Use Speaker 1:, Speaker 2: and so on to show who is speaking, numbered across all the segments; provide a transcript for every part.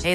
Speaker 1: Hey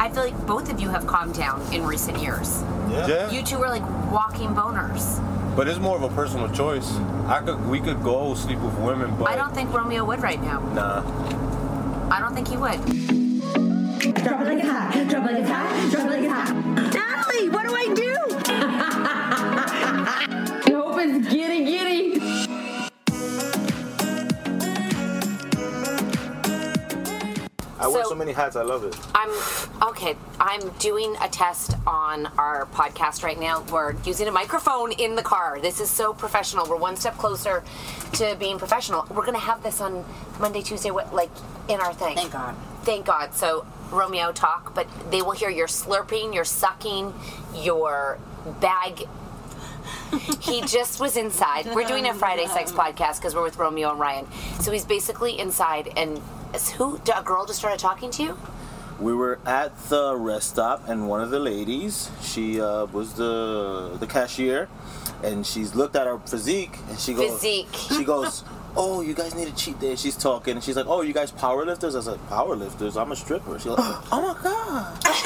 Speaker 2: I feel like both of you have calmed down in recent years.
Speaker 3: Yeah. Yeah.
Speaker 2: You two are like walking boners.
Speaker 3: But it's more of a personal choice. I could, we could go sleep with women, but
Speaker 2: I don't think Romeo would right now.
Speaker 3: nah.
Speaker 2: I don't think he would.
Speaker 4: Drop it like it's hot. Drop it like it's hot. Drop it like it's hot. Natalie, what do I do? I hope it's giddy giddy.
Speaker 3: I wear
Speaker 2: So-
Speaker 3: so many hats. I love it.
Speaker 2: I'm okay. I'm doing a test on our podcast right now. We're using a microphone in the car. This is so professional. We're one step closer to being professional. We're gonna have this on Monday, Tuesday, what like in our thing. Thank God. Thank God. So Romeo talk, but they will hear your slurping, your sucking, your bag he just was inside. We're doing a Friday sex podcast because we're with Romeo and Ryan. So he's basically inside, and is who a girl just started talking to you.
Speaker 3: We were at the rest stop, and one of the ladies, she uh, was the the cashier, and she's looked at her physique, and she goes,
Speaker 2: Physique.
Speaker 3: She goes, "Oh, you guys need a cheat day." She's talking, and she's like, "Oh, you guys power lifters?" I was like, "Power lifters? I'm a stripper." She's like, "Oh my god."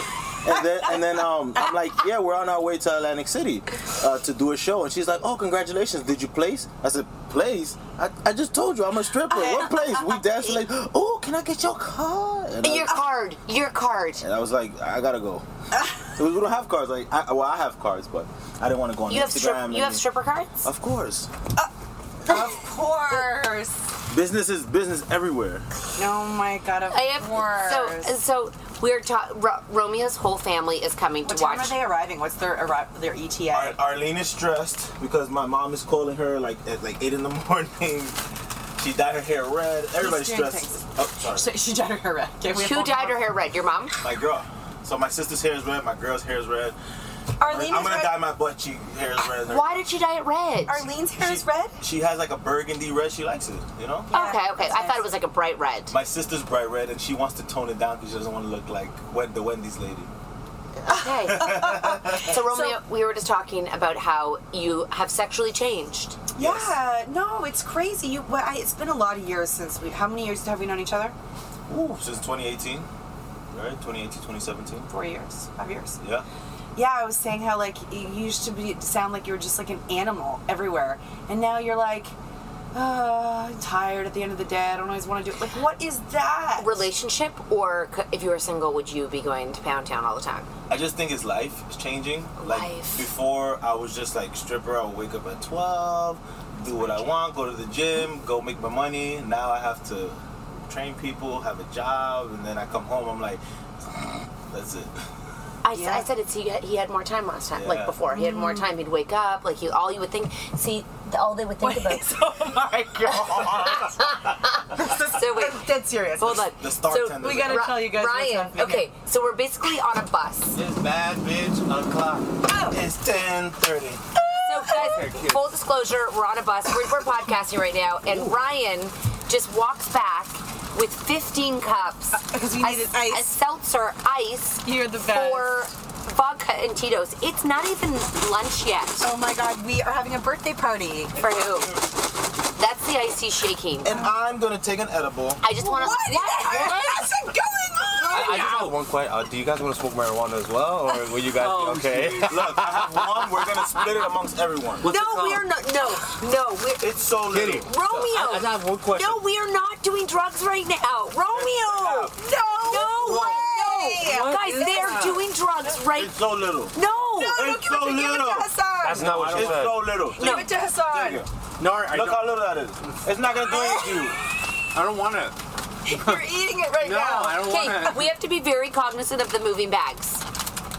Speaker 3: And then, and then um, I'm like, yeah, we're on our way to Atlantic City uh, to do a show. And she's like, oh, congratulations, did you place? I said, place? I, I just told you I'm a stripper. What place? We danced like, oh, can I get your card? And I-
Speaker 2: Your card. Your card.
Speaker 3: and I was like, I gotta go. It was- we don't have cards. Like, I, well, I have cards, but I didn't want to go on
Speaker 2: You have
Speaker 3: Instagram.
Speaker 2: strip.
Speaker 3: and-
Speaker 2: You have stripper cards.
Speaker 3: Of course,
Speaker 5: Of course.
Speaker 3: business is business everywhere.
Speaker 5: Oh my god, of
Speaker 2: I have. So,
Speaker 5: course.
Speaker 2: so we're ta- Ro- Romeo's whole family is coming
Speaker 5: what
Speaker 2: to
Speaker 5: time
Speaker 2: watch.
Speaker 5: are they arriving? What's their arri- their
Speaker 2: E
Speaker 5: ETA?
Speaker 3: Ar- Arlene is stressed because my mom is calling her like at like eight in the morning. She dyed her hair red. Everybody's
Speaker 5: doing
Speaker 3: stressed.
Speaker 5: things.
Speaker 3: Oh, sorry.
Speaker 5: So she dyed her hair red. Okay, we have
Speaker 2: Who
Speaker 5: one
Speaker 2: dyed
Speaker 5: more.
Speaker 2: her hair red? Your mom?
Speaker 3: My girl. So my sister's hair is red. My girl's hair is red.
Speaker 5: Arlene's
Speaker 3: I'm gonna
Speaker 5: red.
Speaker 3: dye my butt cheek hair is red.
Speaker 2: Why did she dye it red?
Speaker 5: Arlene's hair is red.
Speaker 3: She has like a burgundy red. She likes it. You know.
Speaker 2: Okay, okay. I thought it was like a bright red.
Speaker 3: My sister's bright red, and she wants to tone it down because she doesn't want to look like Wen- the Wendy's lady.
Speaker 2: Okay. so Romeo, we were just talking about how you have sexually changed.
Speaker 5: Yeah, no, it's crazy. You, well, I, it's been a lot of years since we. How many years have we known each other?
Speaker 3: Ooh, since 2018, right? 2018, 2017.
Speaker 5: Four years, five years.
Speaker 3: Yeah.
Speaker 5: Yeah, I was saying how like you used to be sound like you were just like an animal everywhere, and now you're like, uh, I'm tired at the end of the day. I don't always want to do it. Like, what is that?
Speaker 2: Relationship, or c- if you were single, would you be going to Pound Town all the time?
Speaker 3: I just think it's life is changing. Like
Speaker 2: Life.
Speaker 3: before, I was just like stripper. I would wake up at 12, do what I want, go to the gym, go make my money. Now I have to train people, have a job, and then I come home. I'm like, that's it.
Speaker 2: I, s- I said it's he had, he had more time last time, like
Speaker 3: Yeah.
Speaker 2: before. He had more
Speaker 5: Mm.
Speaker 2: time. He'd wake up, like you. All you would think, see, th- all they would think about.
Speaker 5: oh my
Speaker 3: uh,
Speaker 5: god.
Speaker 2: So wait,
Speaker 5: That's serious.
Speaker 2: hold on.
Speaker 3: The star
Speaker 2: so
Speaker 3: tender.
Speaker 5: we gotta
Speaker 2: Ri-
Speaker 5: tell you guys what's
Speaker 2: Ryan,
Speaker 5: happening.
Speaker 2: okay, so we're basically on a bus.
Speaker 3: It's bad, bitch. O'clock. It's 10:30.
Speaker 2: So, guys, full disclosure, we're on a bus. We're, we're podcasting right now, and Ryan just walks back with 15 cups,
Speaker 5: Because Uh, we
Speaker 2: a,
Speaker 5: needed
Speaker 2: a
Speaker 5: ice.
Speaker 2: seltzer, ice
Speaker 5: You're the best.
Speaker 2: for vodka and Tito's. It's not even lunch yet.
Speaker 5: Oh my god, we are having a birthday party.
Speaker 2: For who? That's the ice he's shaking.
Speaker 3: And I'm gonna take an edible.
Speaker 2: I just want to.
Speaker 5: What? What's going on?
Speaker 6: I just have one question. Uh, do you guys want to smoke marijuana as well, or will you guys be okay?
Speaker 3: Look, I have one. We're gonna split it amongst everyone.
Speaker 6: What's it
Speaker 2: No,
Speaker 6: called?
Speaker 2: we are not. No, no, we're.
Speaker 3: It's so little.
Speaker 6: Kitty. I-
Speaker 2: Romeo!
Speaker 6: I just have one question.
Speaker 2: No, we are not doing drugs right now. Romeo!
Speaker 5: No.
Speaker 2: No way!
Speaker 5: What
Speaker 2: Guys,
Speaker 5: is
Speaker 2: they are
Speaker 5: that?
Speaker 2: doing drugs right
Speaker 3: It's so little.
Speaker 2: No!
Speaker 3: It's so
Speaker 5: Give it
Speaker 3: little.
Speaker 5: to Hassan.
Speaker 6: That's not what she
Speaker 3: It's
Speaker 6: said.
Speaker 3: so little.
Speaker 5: Give it to Hassan.
Speaker 3: There you
Speaker 6: No, I
Speaker 3: Look
Speaker 6: don't,
Speaker 3: how little that is. It's not gonna do anything to you.
Speaker 6: I don't want it.
Speaker 5: You're eating it right
Speaker 6: No,
Speaker 5: now.
Speaker 6: I don't want
Speaker 2: Okay,
Speaker 6: it.
Speaker 2: we have to be very cognizant of the moving bags.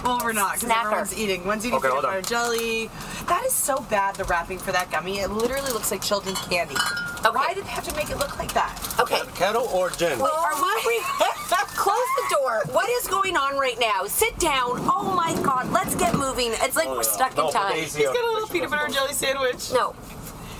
Speaker 5: Well, we're not because
Speaker 2: Snacker.
Speaker 5: everyone's eating. One's eating
Speaker 6: Okay,
Speaker 5: peanut
Speaker 6: hold on.
Speaker 5: butter jelly. That is so bad. The wrapping for that gummy. It literally looks like children's candy. Why did they have to make it look like that?
Speaker 2: Okay.
Speaker 6: Kettle or gin?
Speaker 2: Wait, are we, we-
Speaker 5: Oh
Speaker 2: close the door. What is going on right now? Sit down. Oh my god, let's get moving. It's
Speaker 6: Oh,
Speaker 5: Oh,
Speaker 2: like we're stuck in time.
Speaker 6: He's got
Speaker 5: a little peanut butter jelly sandwich.
Speaker 2: No.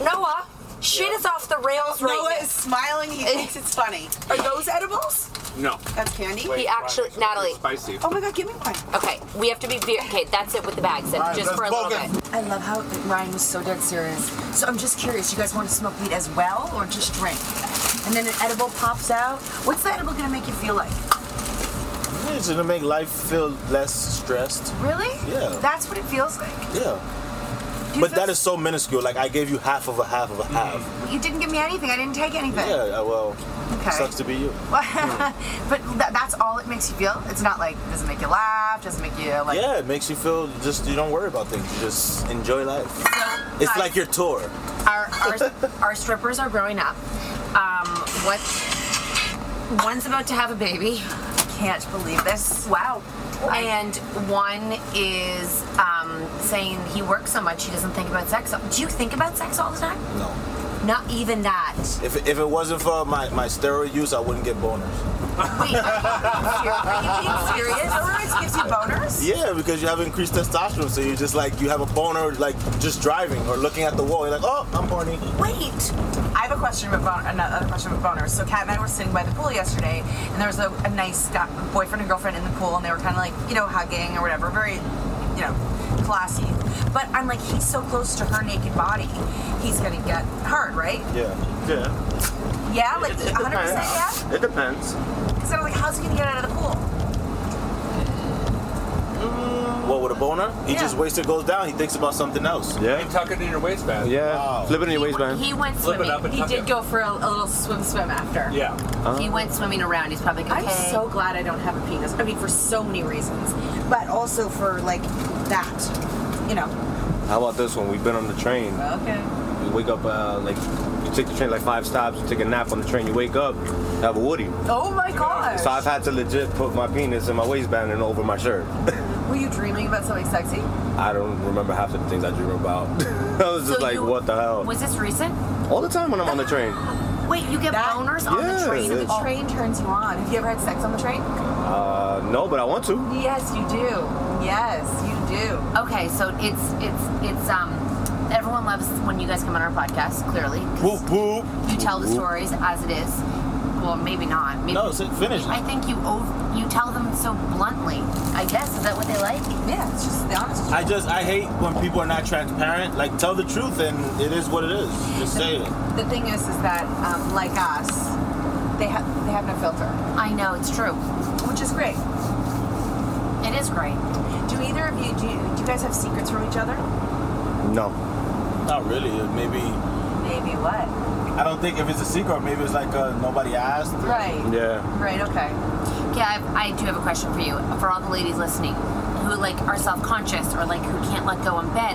Speaker 2: Noah, shit is off the rails right
Speaker 5: Noah
Speaker 2: now.
Speaker 5: is smiling. He thinks it's funny. Are those edibles?
Speaker 6: No.
Speaker 5: That's candy.
Speaker 2: He actually, Natalie.
Speaker 6: Spicy.
Speaker 5: Oh my god, give me one.
Speaker 2: Okay, we have to be. ve- Okay, that's it with the bags. Then,
Speaker 3: All right,
Speaker 2: just
Speaker 3: let's
Speaker 2: for a little
Speaker 3: focus.
Speaker 2: bit.
Speaker 7: I love how Ryan was so dead serious. So I'm just curious, you guys want to smoke weed as well or just drink? And then an edible pops out. What's the edible gonna make you feel like?
Speaker 3: It's gonna make life feel less stressed.
Speaker 7: Really?
Speaker 3: Yeah.
Speaker 7: That's what it feels like.
Speaker 3: Yeah.
Speaker 7: You
Speaker 3: But
Speaker 7: feel-
Speaker 3: that is so minuscule. Like I gave you half of a half of a half.
Speaker 5: Mm-hmm.
Speaker 7: You didn't give me anything. I didn't take anything.
Speaker 3: Yeah. uh, Well,
Speaker 7: Okay.
Speaker 3: sucks to be you.
Speaker 7: but tha that's all it makes you feel. It's not like doesn't make you laugh. Doesn't make you like.
Speaker 3: Yeah, it makes you feel just you don't worry about things. You just enjoy life. It's like your tour.
Speaker 7: Our our, our strippers are growing up. Um, what? One's about to have a baby. Can't believe this. Wow. And one is um, saying he works so much he doesn't think about sex. Do you think about sex all the time?
Speaker 3: No.
Speaker 7: Not even that.
Speaker 3: If, if it wasn't for my, my steroid use, I wouldn't get boners.
Speaker 7: Wait, are you being serious? Steroids gives you boners?
Speaker 3: Yeah, because you have increased testosterone, so you just like you have a boner like just driving or looking at the wall. You're like, oh, I'm horny.
Speaker 7: Wait.
Speaker 5: I have a question about bon- another question about boners. So Kat and I were sitting by the pool yesterday, and there was a, a nice guy, boyfriend and girlfriend in the pool, and they were kind of like you know hugging or whatever, very you know classy. But I'm like, he's so close to her naked body, he's gonna get hard, right?
Speaker 3: Yeah. Yeah.
Speaker 5: Yeah, like 100 percent yeah.
Speaker 3: It depends.
Speaker 5: Because I'm like, how's he gonna get out of the pool?
Speaker 3: What with a boner? He
Speaker 5: Yeah.
Speaker 3: just wasted goes down. He thinks about something else.
Speaker 6: Yeah. tuck it in your waistband.
Speaker 3: Yeah.
Speaker 6: Flip it in your waistband.
Speaker 7: He went
Speaker 6: Flip it
Speaker 7: swimming.
Speaker 6: up and
Speaker 7: He
Speaker 6: tuck
Speaker 7: did
Speaker 6: it.
Speaker 7: go for a, a little swim swim after.
Speaker 6: Yeah.
Speaker 7: He went swimming around. He's probably like,
Speaker 5: I'm
Speaker 7: okay.
Speaker 5: so glad I don't have a penis. I mean, for so many reasons, but also for like that, you know.
Speaker 6: How about this one? We've been on the train.
Speaker 5: Okay.
Speaker 6: You wake up, uh, like, you take the train like five stops, you take a nap on the train, you wake up, you have a woody.
Speaker 5: Oh my gosh.
Speaker 6: So I've had to legit put my penis in my waistband and over my shirt.
Speaker 5: Were you dreaming about something sexy?
Speaker 6: I don't remember half of the things I dream about. I was just
Speaker 7: So
Speaker 6: like,
Speaker 7: you-
Speaker 6: what the hell?
Speaker 7: Was this recent?
Speaker 6: All the time when I'm on the train.
Speaker 2: Wait, you get boners on the
Speaker 6: Yeah,
Speaker 2: train?
Speaker 6: it-
Speaker 2: The train turns you on. Have you ever had sex on the train?
Speaker 6: Uh, no, but I want to.
Speaker 2: Yes, you do. Yes, you do. Okay, so it's it's it's um everyone loves when you guys come on our podcast, clearly. 'cause
Speaker 3: Whoop whoop.
Speaker 2: You tell the
Speaker 3: Whoop.
Speaker 2: stories as it is. Well, maybe not. Maybe,
Speaker 3: No, sit- finish it.
Speaker 2: I think you over, you tell them so bluntly. I guess is that what they like? Yeah, it's just the honest.
Speaker 3: I just I hate when people are not transparent. Like tell the truth and it is what it is. Just say it.
Speaker 5: The thing is, is that um, like us, they have they have no filter.
Speaker 2: I know it's true,
Speaker 5: which is great.
Speaker 2: It is great.
Speaker 5: Do either of you do you, do you guys have secrets from each other?
Speaker 6: No.
Speaker 3: Not really. Maybe
Speaker 5: Maybe what?
Speaker 3: I don't think if it's a secret, maybe it's like uh, nobody asked.
Speaker 2: Right.
Speaker 6: Yeah.
Speaker 2: Right. Okay. Okay, I, I do have a question for you. For all the ladies listening, who like are self-conscious or like who can't let go in bed,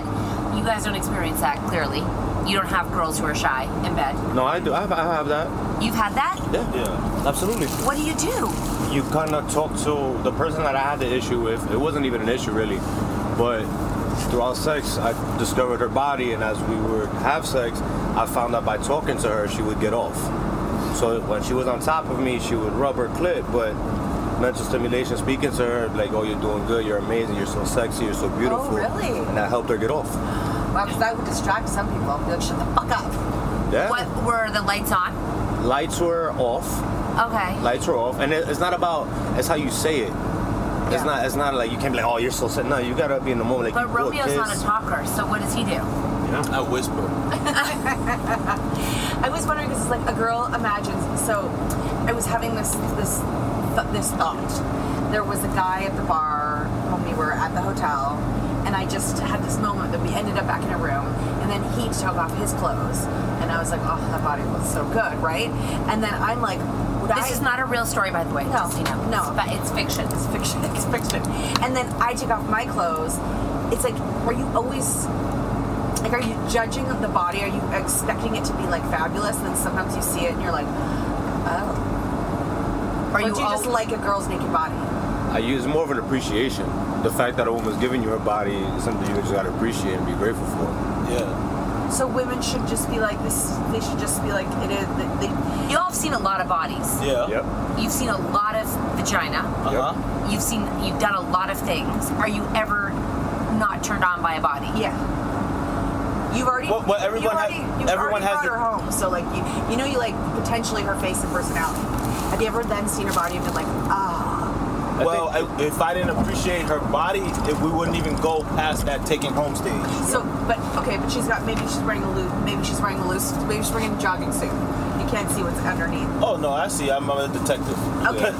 Speaker 2: you guys don't experience that clearly. You don't have girls who are shy in bed.
Speaker 6: No, I do. I have, I have that.
Speaker 2: You've had that.
Speaker 6: Yeah. Yeah. Absolutely.
Speaker 2: What do you do?
Speaker 6: you kind of talk to the person that I had the issue with. It wasn't even an issue really, but throughout sex, I discovered her body, and as we would have sex, I found out by talking to her, she would get off. So when she was on top of me, she would rub her clit, but mental stimulation, speaking to her, like, "Oh, you're doing good. You're amazing. You're so sexy. You're so beautiful."
Speaker 5: really?
Speaker 6: And that helped her get off.
Speaker 5: Well, because that would distract some people. I'd be like, shut the fuck up.
Speaker 6: Yeah.
Speaker 2: What were the lights on?
Speaker 6: Lights were off.
Speaker 2: Okay.
Speaker 6: lights are off, and it, it's not about it's how you say it. It's not it's not like you can't be like oh you're so sad. No, you gotta be in the moment. Like you
Speaker 2: But
Speaker 6: do a
Speaker 2: Romeo's not
Speaker 6: kiss.
Speaker 2: a talker, so what does he do?
Speaker 3: I whisper.
Speaker 5: I was wondering because it's like a girl imagines. So I was having this this th- this thought. There was a guy at the bar when we were at the hotel, and I just had this moment that we ended up back in a room, and then he took off his clothes, and I was like, oh, that body looks so good, right? And then I'm like, would
Speaker 2: This
Speaker 5: I-
Speaker 2: is not a real story, by the way. No, just, so you know.
Speaker 5: no.
Speaker 2: it's, fa- it's fiction. It's
Speaker 5: fiction. It's fiction. And then I take off my clothes. It's like, are you always like, are you judging the body? Are you expecting it to be like fabulous? And then sometimes you see it and you're like, oh. Or
Speaker 2: you
Speaker 5: do you just
Speaker 2: al-
Speaker 5: like a girl's naked body?
Speaker 6: I use more of an appreciation. The fact that a woman's giving you her body is something you just gotta appreciate and be grateful for.
Speaker 3: Yeah.
Speaker 5: So women should just be like this. They should just be like it is. They, they,
Speaker 2: You all have seen a lot of bodies.
Speaker 3: Yeah.
Speaker 6: Yep.
Speaker 2: You've seen a lot of vagina.
Speaker 3: Uh huh.
Speaker 2: You've seen. You've done a lot of things. Are you ever not turned on by a body?
Speaker 5: yeah. You've already.
Speaker 3: Well- well,
Speaker 5: you've
Speaker 3: everyone has-
Speaker 5: already, you've
Speaker 3: everyone
Speaker 5: already
Speaker 3: has the-
Speaker 5: brought her home. So like you, you know you like potentially her face and personality. Have you ever then seen her body and been like, ah?
Speaker 3: Well, I, if I didn't appreciate her body, it, we wouldn't even go past that taking home stage.
Speaker 5: So, but okay, but she's got maybe she's wearing a loose, maybe she's wearing a loose, maybe she's wearing a jogging suit. You can't see what's underneath.
Speaker 3: Oh no, I see. I'm a detective.
Speaker 5: Okay,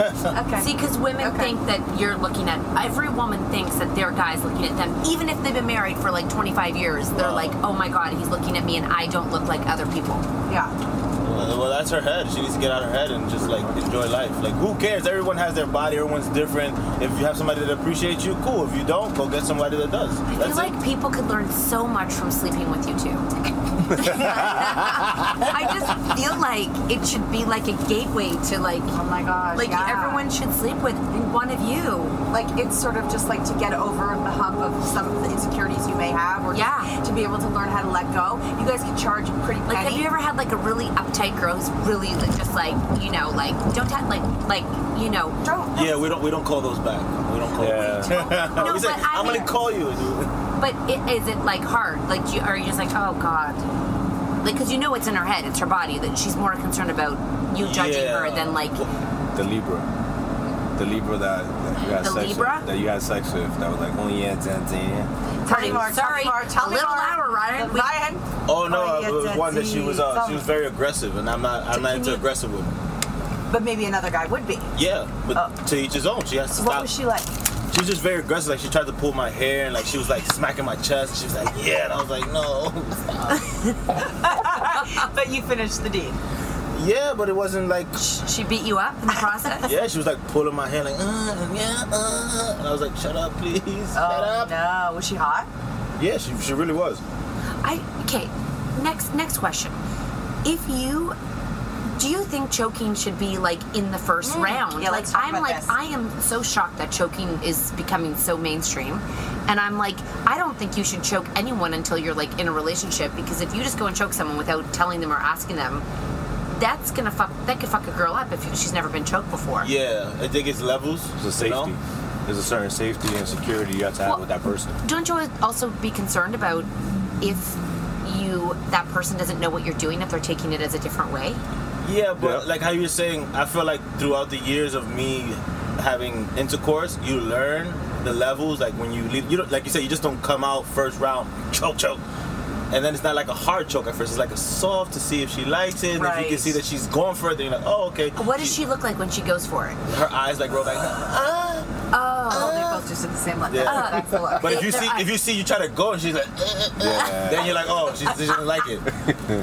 Speaker 5: okay.
Speaker 2: See, because women
Speaker 5: Okay.
Speaker 2: think that you're looking at every woman thinks that their guy's looking at them, even if they've been married for like 25 years. They're like, oh my god, he's looking at me, and I don't look like other people.
Speaker 5: yeah,
Speaker 3: Well, well, that's her head. She needs to get out of her head and just like enjoy life. Like, who cares? Everyone has their body. Everyone's different. If you have somebody that appreciates you, cool. If you don't, go get somebody that does.
Speaker 2: I
Speaker 3: That's
Speaker 2: feel like people could learn so much from sleeping with you two. I just feel like it should be like a gateway to like,
Speaker 5: Oh my gosh,
Speaker 2: like
Speaker 5: yeah.
Speaker 2: everyone should sleep with one of you.
Speaker 5: like it's sort of just like to get over the hump of some of the insecurities you may have, or just
Speaker 2: Yeah.
Speaker 5: to be able to learn how to let go. You guys can charge a pretty penny.
Speaker 2: Like, have you ever had like a really uptight girl who's really like, just like, you know, like don't have like, like you know,
Speaker 5: Don't.
Speaker 3: Yeah, we don't we don't call those back. We don't call.
Speaker 6: Yeah.
Speaker 3: Them. Oh,
Speaker 2: no,
Speaker 3: we say,
Speaker 2: but I
Speaker 3: I'm
Speaker 2: mean-
Speaker 3: gonna call you. dude."
Speaker 2: but i- is it like hard? Like, do you, are you just like, oh god, like because you know it's in her head, it's her body that she's more concerned about you judging
Speaker 3: Yeah.
Speaker 2: her than like
Speaker 6: The Libra. The Libra that, that you had
Speaker 2: The
Speaker 6: sex
Speaker 2: Libra?
Speaker 6: with. That you had sex with. That was like, oh yeah, dun, dun, yeah.
Speaker 5: Tell me more.
Speaker 2: Sorry,
Speaker 5: tell me more, tell
Speaker 2: a
Speaker 5: me
Speaker 2: little
Speaker 5: more.
Speaker 2: louder, Ryan. We-
Speaker 5: Ryan.
Speaker 3: Oh no,
Speaker 5: Oh, yeah,
Speaker 3: it was one that she was uh,
Speaker 5: that's-
Speaker 3: she was very aggressive, and I'm not I'm not
Speaker 5: Can
Speaker 3: into
Speaker 5: you-
Speaker 3: aggressive women.
Speaker 5: But maybe another guy would be.
Speaker 3: Yeah, but to each his own. She has to
Speaker 5: What
Speaker 3: stop.
Speaker 5: was she like?
Speaker 3: She was just very aggressive. Like she tried to pull my hair, and like she was like smacking my chest. And she was like, yeah, and I was like, no.
Speaker 5: but you finished the deed.
Speaker 3: Yeah, but it wasn't like.
Speaker 2: she beat you up in the process.
Speaker 3: Yeah, she was like pulling my hair, like, uh, yeah, uh. And I was like, shut up, please. Shut
Speaker 5: Oh
Speaker 3: up.
Speaker 5: no, was she hot?
Speaker 3: Yeah, she, she really was.
Speaker 2: I okay. Next next question. If you do you think choking should be like in the first round?
Speaker 5: Mm. Yeah,
Speaker 2: like
Speaker 5: let's talk
Speaker 2: I'm
Speaker 5: about
Speaker 2: like
Speaker 5: this.
Speaker 2: I am so shocked that choking is becoming so mainstream. And I'm like, I don't think you should choke anyone until you're like in a relationship because if you just go and choke someone without telling them or asking them, that's gonna fuck. That could fuck a girl up if she's never been choked before.
Speaker 3: Yeah, I think it's levels.
Speaker 6: There's a safety. There's a certain safety and security you have to have with that person.
Speaker 2: Don't you also be concerned about if you that person doesn't know what you're doing if they're taking it as a different way?
Speaker 3: Yeah, but like how you're saying, I feel like throughout the years of me having intercourse, you learn the levels. Like when you leave, you don't, like you said, you just don't come out first round choke choke, and then it's not like a hard choke at first. It's like a soft to see if she likes it. And If you can
Speaker 2: Right.
Speaker 3: see that she's going further, you're like, oh okay.
Speaker 2: What does she look like when she goes for it?
Speaker 3: Her eyes like roll back.
Speaker 2: oh, they both just did the same look.
Speaker 3: Yeah.
Speaker 2: Uh, that's the look.
Speaker 3: But if you see if you see you try to go and she's like,
Speaker 6: Yeah.
Speaker 3: then you're like, oh, she, she doesn't like it.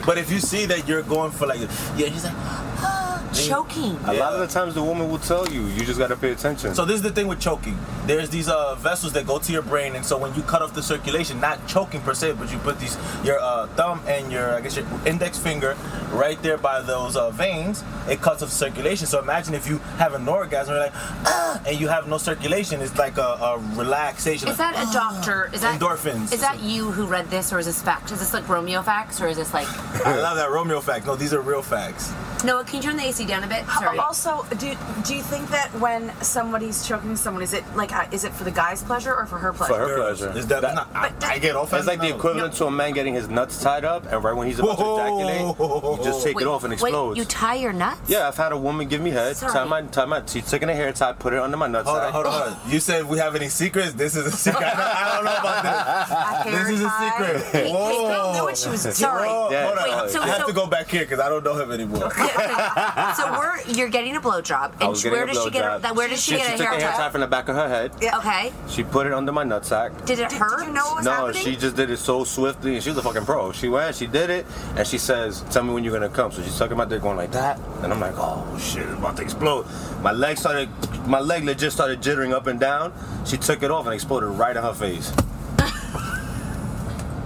Speaker 3: but if you see that you're going for like, yeah, she's like.
Speaker 2: choking.
Speaker 6: A lot of the times, the woman will tell you. You just gotta pay attention.
Speaker 3: So this is the thing with choking. There's these uh, vessels that go to your brain, and so when you cut off the circulation, not choking per se, but you put these your uh, thumb and your I guess your index finger right there by those uh, veins, it cuts off circulation. So imagine if you have an orgasm, you're like ah, and you have no circulation. It's like a, a relaxation.
Speaker 2: Is that a doctor? Is that
Speaker 3: Endorphins.
Speaker 2: Is that you who read this, or is this fact? Is this like Romeo facts, or is this like?
Speaker 3: I love that Romeo fact. No, these are real facts.
Speaker 2: Noah, can you turn the AC down a bit?
Speaker 5: Ho-
Speaker 2: Sorry.
Speaker 5: Also, do do you think that when somebody's choking someone, is it like uh, is it for the guy's pleasure or for her pleasure?
Speaker 6: for her pleasure.
Speaker 3: Is that, not, I, I get off?
Speaker 6: That's like the equivalent to a man getting his nuts tied up, and right when he's about to ejaculate, you just take
Speaker 2: Wait,
Speaker 6: it off and
Speaker 2: wait,
Speaker 6: explodes.
Speaker 2: you tie your nuts?
Speaker 6: yeah, I've had a woman give me head, tie
Speaker 2: Sorry.
Speaker 6: my tie my. She's taking a hair tie, put it under my nuts.
Speaker 3: Hold on, hold on, hold on. You said we have any secrets? This is a secret. I don't know about this.
Speaker 5: hair
Speaker 3: This is a
Speaker 5: tie.
Speaker 3: secret.
Speaker 2: He- he
Speaker 3: Whoa.
Speaker 2: don't know what she was doing.
Speaker 3: Whoa,
Speaker 6: Yeah,
Speaker 3: hold on.
Speaker 6: wait,
Speaker 2: so-
Speaker 3: I have
Speaker 2: so-
Speaker 3: to go back here because I don't know him anymore.
Speaker 2: so we're you're getting a blowjob,
Speaker 6: I
Speaker 2: and
Speaker 6: was
Speaker 2: she-
Speaker 6: getting
Speaker 2: where
Speaker 6: a
Speaker 2: does she get her,
Speaker 6: blowjob.
Speaker 2: that? Where does she,
Speaker 6: she
Speaker 2: get a
Speaker 6: took
Speaker 2: hair
Speaker 6: a hair tie
Speaker 2: tie?
Speaker 6: from the back of her head.
Speaker 2: Okay.
Speaker 6: She put it under my nutsack.
Speaker 2: Did
Speaker 5: Did-
Speaker 2: it
Speaker 5: did
Speaker 2: hurt?
Speaker 5: you know what was
Speaker 6: no,
Speaker 5: happening?
Speaker 6: she just did it so swiftly, and she was a fucking pro. She went, she did it, and she says, "Tell me when you're gonna come." So she's sucking my dick, going like that, and I'm like, "Oh shit, it's about to explode." My leg started, my leg legit started jittering up and down. She took it off and exploded right in her face.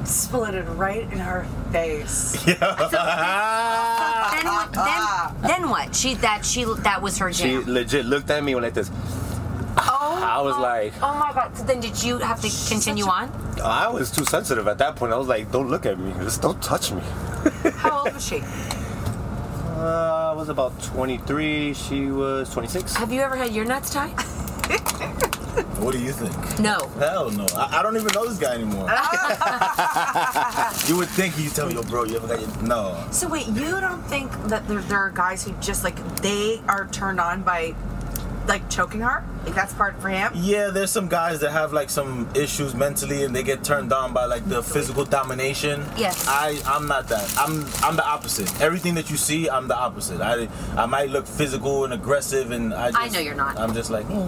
Speaker 5: Exploded right in her face.
Speaker 2: Then what?
Speaker 5: Ah,
Speaker 2: Then, then what? She that she that was her
Speaker 6: She
Speaker 2: jam.
Speaker 6: legit looked at me and went like this. I was like,
Speaker 2: oh my god! So then, did you have to continue on?
Speaker 6: I was too sensitive at that point. I was like, don't look at me, just don't touch me.
Speaker 5: How old was she?
Speaker 6: Uh, I was about 23. She was 26.
Speaker 2: Have you ever had your nuts tied?
Speaker 3: What do you think?
Speaker 2: No.
Speaker 3: Hell no. I, I don't even know this guy anymore. you would think he'd tell me, yo, bro, you ever got your. No.
Speaker 5: So wait, you don't think that there, there are guys who just like they are turned on by like choking her? Like that's part for him?
Speaker 3: Yeah, there's some guys that have like some issues mentally and they get turned on by like the physical domination.
Speaker 2: Yes.
Speaker 3: I I'm not that. I'm I'm the opposite. Everything that you see, I'm the opposite. I I might look physical and aggressive and I just,
Speaker 2: I know you're not.
Speaker 3: I'm just like hmm.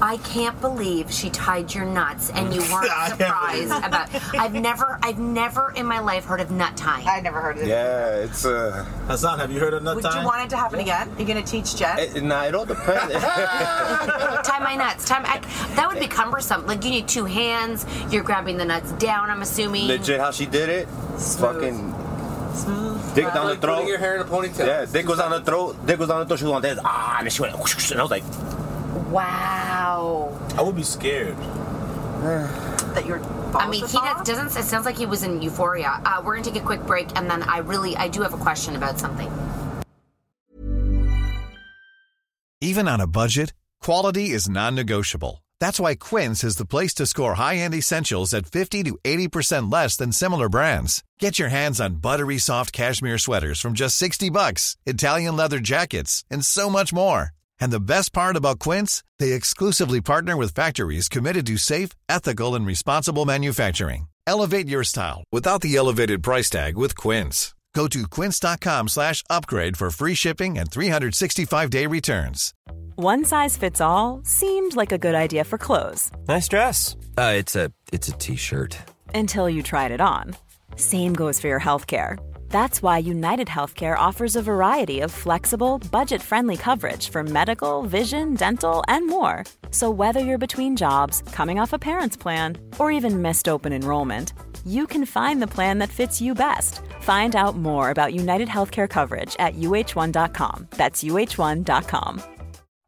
Speaker 2: I can't believe she tied your nuts and you weren't
Speaker 3: I can't believe
Speaker 2: surprised about. I've never, I've never in my life heard of nut tying.
Speaker 5: I never heard of it.
Speaker 6: Yeah, it's uh,
Speaker 3: Hassan, have you heard of nut
Speaker 5: Would
Speaker 3: time?
Speaker 5: you want it to happen again? Are you gonna teach Jen?
Speaker 6: it, nah, it all depends.
Speaker 2: tie my nuts. Tie my, that would be cumbersome. Like you need two hands. You're grabbing the nuts down. I'm assuming.
Speaker 6: Legit, how she did it, fucking dick down the
Speaker 8: Like putting your
Speaker 6: throat.
Speaker 8: hair in a ponytail.
Speaker 6: Yeah, dick was on the throat. Dick was on the throat. She was on this. Ah, and then she went. whoosh, whoosh, And I was like,
Speaker 2: Wow.
Speaker 3: I would be scared.
Speaker 5: that your
Speaker 2: I mean, he does, doesn't. It sounds like he was in euphoria. Uh, we're gonna take a quick break, and then I really, I do have a question about something.
Speaker 9: Even on a budget, quality is non-negotiable. That's why Quince is the place to score high-end essentials at 50 to 80% less than similar brands. Get your hands on buttery soft cashmere sweaters from just 60 bucks, Italian leather jackets, and so much more. And the best part about Quince, they exclusively partner with factories committed to safe, ethical, and responsible manufacturing. Elevate your style without the elevated price tag with Quince. Go to quince.com slash upgrade for free shipping and 365-day returns.
Speaker 10: One size fits all seemed like a good idea for clothes
Speaker 8: Nice dress. Uh, it's a it's a t-shirt.
Speaker 10: until you tried it on. Same goes for your healthcare. That's why United Healthcare offers a variety of flexible, budget friendly coverage for medical, vision, dental, and more. So, whether you're between jobs, coming off a parent's plan, or even missed open enrollment, you can find the plan that fits you best. Find out more about United Healthcare coverage at uh1.com. That's uh1.com.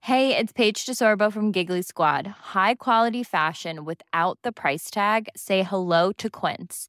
Speaker 11: Hey, it's Paige DeSorbo from Giggly Squad. High quality fashion without the price tag. Say hello to Quince.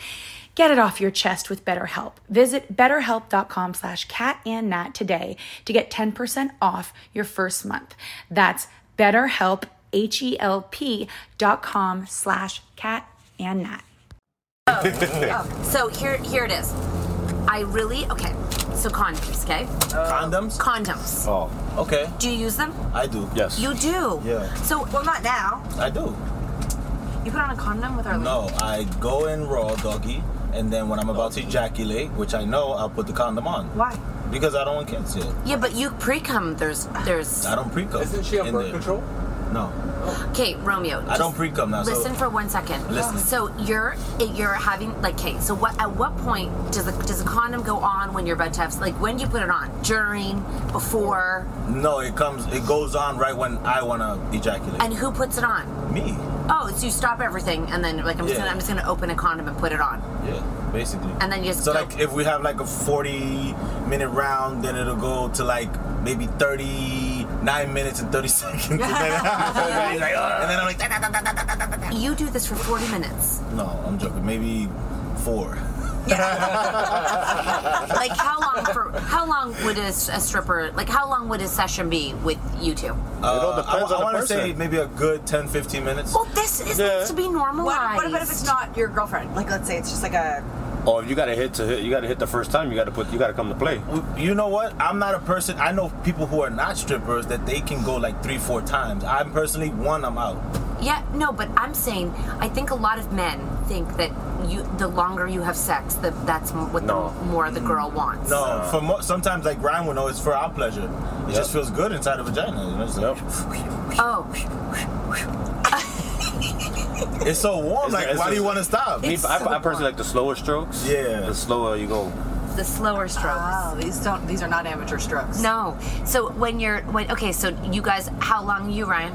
Speaker 12: Get it off your chest with BetterHelp. Visit betterhelp.com slash catandnat today to get 10% off your first month. That's betterhelp, H-E-L-P dot com slash catandnat.
Speaker 2: Oh, so here, here it is. I really okay. So condoms, okay?
Speaker 3: Condoms?
Speaker 2: Condoms.
Speaker 3: Oh, okay.
Speaker 2: Do you use them?
Speaker 3: I do. Yes.
Speaker 2: You do.
Speaker 3: Yeah.
Speaker 2: So well, not now.
Speaker 3: I do.
Speaker 2: You put on a condom with our
Speaker 3: No, I go in raw, doggy, and then when I'm about to ejaculate, which I know, I'll put the condom on.
Speaker 2: Why?
Speaker 3: Because I don't want kids yet.
Speaker 2: Yeah, but you pre cum. There's there's.
Speaker 3: I don't pre-cum. Isn't she on birth control? No.
Speaker 2: Okay, Romeo.
Speaker 3: I don't pre-cum now, so-
Speaker 2: Listen for one second.
Speaker 3: Listen.
Speaker 2: So you're you're having like, okay. So what? At what point does the does the condom go on when you're about to have like when do you put it on? During, before,
Speaker 3: No, it comes, it goes on right when I want to ejaculate.
Speaker 2: and who puts it on?
Speaker 3: Me.
Speaker 2: Oh, so you stop everything and then like I'm just
Speaker 3: Yeah.
Speaker 2: gonna, I'm just gonna open a condom and put it on.
Speaker 3: Yeah, basically.
Speaker 2: And then you just
Speaker 3: so
Speaker 2: go-
Speaker 3: like if we have like a 40 minute round, then it'll go to like maybe 39 minutes and 30 seconds. and, then,
Speaker 2: Yeah.
Speaker 3: Like, "Ah." "Ugh," and then I'm like, "Da, da, da, da, da, da, da, da, da."
Speaker 2: You do this for 40 minutes.
Speaker 3: no, I'm joking. Maybe four.
Speaker 2: like how long for how long would a, s- a stripper like how long would a session be with you two?
Speaker 3: all
Speaker 6: depends
Speaker 3: Uh, I,
Speaker 6: on the
Speaker 3: want to
Speaker 6: person.
Speaker 3: say maybe a good 10, 15 minutes.
Speaker 2: Well, this is
Speaker 3: Yeah.
Speaker 2: to be
Speaker 5: What,
Speaker 2: normalized.
Speaker 5: what about if it's not your girlfriend? Like, let's say it's just like a.
Speaker 6: Oh, if you got to hit to hit, you got to hit the first time. You got to put, you got to come to play.
Speaker 3: You know what? I'm not a person. I know people who are not strippers that they can go like three, four times. I'm personally one. I'm out.
Speaker 2: Yeah, no, but I'm saying I think a lot of men think that you the longer you have sex, the, that's m- what the more the girl wants.
Speaker 3: No, for mo- sometimes like Ryan will know it's for our pleasure. It just feels good inside the vagina. You know? It's like-
Speaker 2: Oh.
Speaker 3: It's so warm.
Speaker 6: It's-
Speaker 3: like,
Speaker 6: it's
Speaker 3: why do
Speaker 6: just-
Speaker 3: you want to stop?
Speaker 6: Me, I, I personally like the slower strokes. Yeah. The slower you go.
Speaker 2: the slower strokes. Oh,
Speaker 5: these don't these are not amateur strokes.
Speaker 2: No. So when you're when okay, so you guys how long you Ryan?